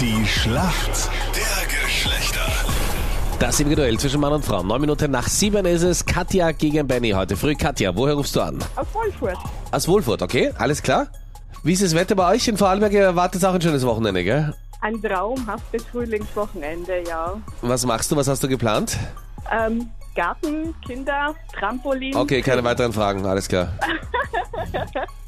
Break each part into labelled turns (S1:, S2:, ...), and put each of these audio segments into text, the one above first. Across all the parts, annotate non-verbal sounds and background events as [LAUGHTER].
S1: Die Schlacht der Geschlechter.
S2: Das im Duell zwischen Mann und Frau. Neun Minuten nach sieben ist es Katja gegen Benny heute früh. Katja, woher rufst du an?
S3: Aus Wolfurt.
S2: Aus Wohlfurt, okay? Alles klar? Wie ist das Wetter bei euch? In Vorarlberg erwartet auch ein schönes Wochenende, gell?
S3: Ein traumhaftes Frühlingswochenende, ja.
S2: Was machst du? Was hast du geplant?
S3: Ähm, Garten, Kinder, Trampolin.
S2: Okay, keine weiteren Fragen, alles klar.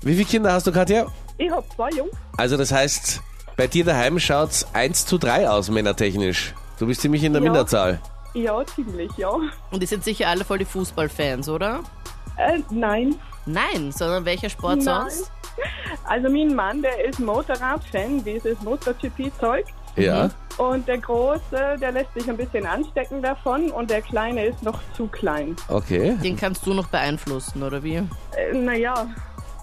S2: Wie viele Kinder hast du, Katja?
S3: Ich hab zwei Jungs.
S2: Also das heißt, bei dir daheim schaut's 1 zu 3 aus, männertechnisch. Du bist ziemlich in der
S3: Ja.
S2: Minderzahl.
S3: Ja, ziemlich, ja.
S4: Und die sind sicher alle voll die Fußballfans, oder?
S3: Äh, nein.
S4: Nein, sondern welcher Sport
S3: Nein.
S4: sonst?
S3: Also mein Mann, der ist Motorradfan, dieses MotoGP-Zeug.
S2: Ja.
S3: Und der Große, der lässt sich ein bisschen anstecken davon und der Kleine ist noch zu klein.
S2: Okay.
S4: Den kannst du noch beeinflussen, oder wie?
S3: Äh, naja,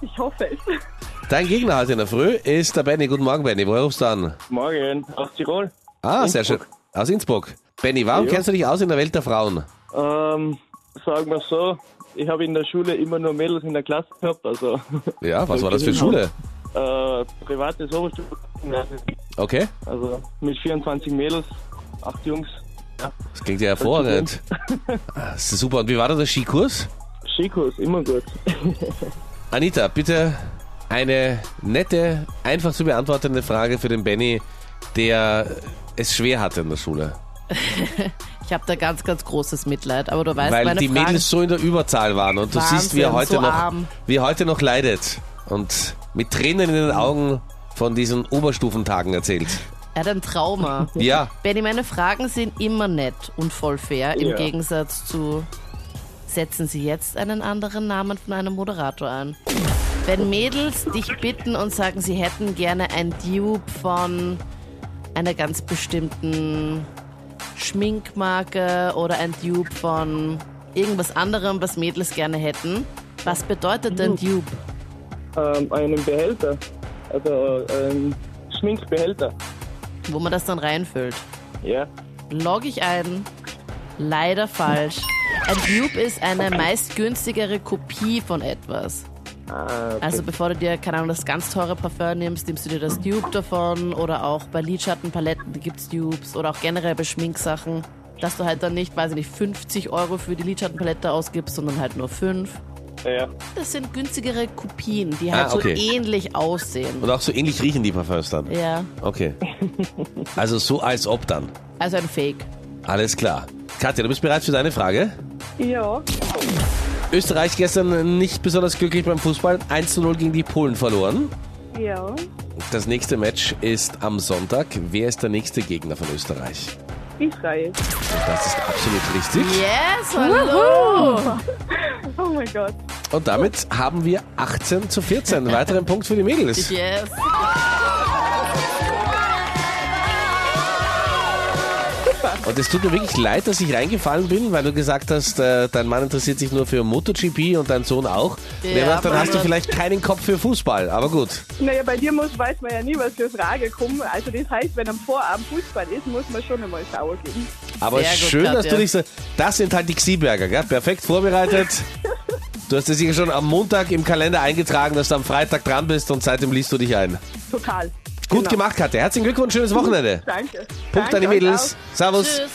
S3: ich hoffe es. [LAUGHS]
S2: Dein Gegner heute in der Früh ist der Benny. Guten Morgen, Benny. Woher rufst du an?
S5: Morgen, aus Tirol.
S2: Ah, sehr schön. Aus Innsbruck. Benny, warum
S5: Ja.
S2: kennst du dich aus in der Welt der Frauen?
S5: Ähm, sagen wir so, ich habe in der Schule immer nur Mädels in der Klasse gehabt, also [LAUGHS]
S2: Ja, was war das für
S5: Genau.
S2: Schule?
S5: äh, privates Oberstuhl.
S2: Okay.
S5: Also mit 24 Mädels, acht Jungs.
S2: Das klingt ja
S5: [LAUGHS]
S2: hervorragend. Ah, Das ist super. Und wie war da der Skikurs?
S5: Skikurs, immer gut.
S2: Anita, bitte eine nette, einfach zu beantwortende Frage für den Benny, der es schwer hatte in der Schule.
S4: Ich habe da ganz, ganz großes Mitleid. Aber du weißt,
S2: weil
S4: Also meine
S2: die
S4: Fragen,
S2: Mädels so in der Überzahl waren und du
S4: Wahnsinn,
S2: siehst, wie er heute
S4: so
S2: noch,
S4: arm.
S2: wie er heute noch leidet und mit Tränen in den Augen von diesen Oberstufentagen erzählt.
S4: er hat ein Trauma.
S2: Ja,
S4: Benni, meine Fragen sind immer nett und voll fair, im
S5: Ja.
S4: Gegensatz zu setzen Sie jetzt einen anderen Namen von einem Moderator ein. Wenn Mädels dich bitten und sagen, sie hätten gerne ein Dupe von einer ganz bestimmten Schminkmarke oder ein Dupe von irgendwas anderem, was Mädels gerne hätten, was bedeutet denn Dupe?
S5: Ähm, einen Behälter, also einen Schminkbehälter.
S4: Wo man das dann reinfüllt?
S5: Ja,
S4: log ich ein. Leider falsch. Ein Dupe ist eine meist günstigere Kopie von etwas.
S5: ah, okay.
S4: Also bevor du dir, keine Ahnung, das ganz teure Parfum nimmst, nimmst du dir das Dupe davon oder auch bei Lidschattenpaletten gibt's Dupes oder auch generell bei Schminksachen, dass du halt dann nicht, weiß ich nicht, 50 Euro für die Lidschattenpalette ausgibst, sondern halt nur 5.
S5: ja.
S4: Das sind günstigere Kopien, die
S2: Ah,
S4: halt
S2: okay. Also
S4: so ähnlich aussehen.
S2: und auch so ähnlich riechen die Parfüms dann.
S4: Ja,
S2: Okay. Also so als ob dann.
S4: also ein Fake.
S2: Alles klar. Katja, du bist bereit für deine Frage?
S3: Ja,
S2: Österreich gestern nicht besonders glücklich beim Fußball. 1 zu 0 gegen die Polen verloren.
S3: ja.
S2: Das nächste Match ist am Sonntag. Wer ist der nächste Gegner von Österreich?
S3: Israel.
S2: Das ist absolut richtig.
S4: Yes, hallo!
S3: Oh mein Gott.
S2: Und damit haben wir 18 zu 14. Einen Weiteren Punkt für die Mädels.
S4: Yes.
S2: Und es tut mir wirklich leid, dass ich reingefallen bin, weil du gesagt hast, äh, dein Mann interessiert sich nur für MotoGP und dein Sohn auch.
S4: Ja,
S2: Mir gedacht, dann
S4: mein
S2: hast du
S4: Gott.
S2: vielleicht keinen Kopf für Fußball. Aber gut.
S3: Naja, bei dir muss, weiß man ja nie, was für Frage kommen. Also das heißt, wenn am Vorabend Fußball ist, muss man schon einmal schauen gehen.
S2: Aber
S4: Sehr gut,
S2: schön, dass
S4: Katja.
S2: du dich so. Das sind halt die Xieberger, gell? Perfekt vorbereitet. Du hast es sicher schon am Montag im Kalender eingetragen, dass du am Freitag dran bist und seitdem liest du dich ein.
S3: Total.
S2: Gut
S3: Genau.
S2: gemacht, Katja. Herzlichen Glückwunsch, schönes Wochenende.
S3: Danke.
S2: Punkt an die
S3: Danke euch
S2: Mädels. Servus.
S4: Tschüss.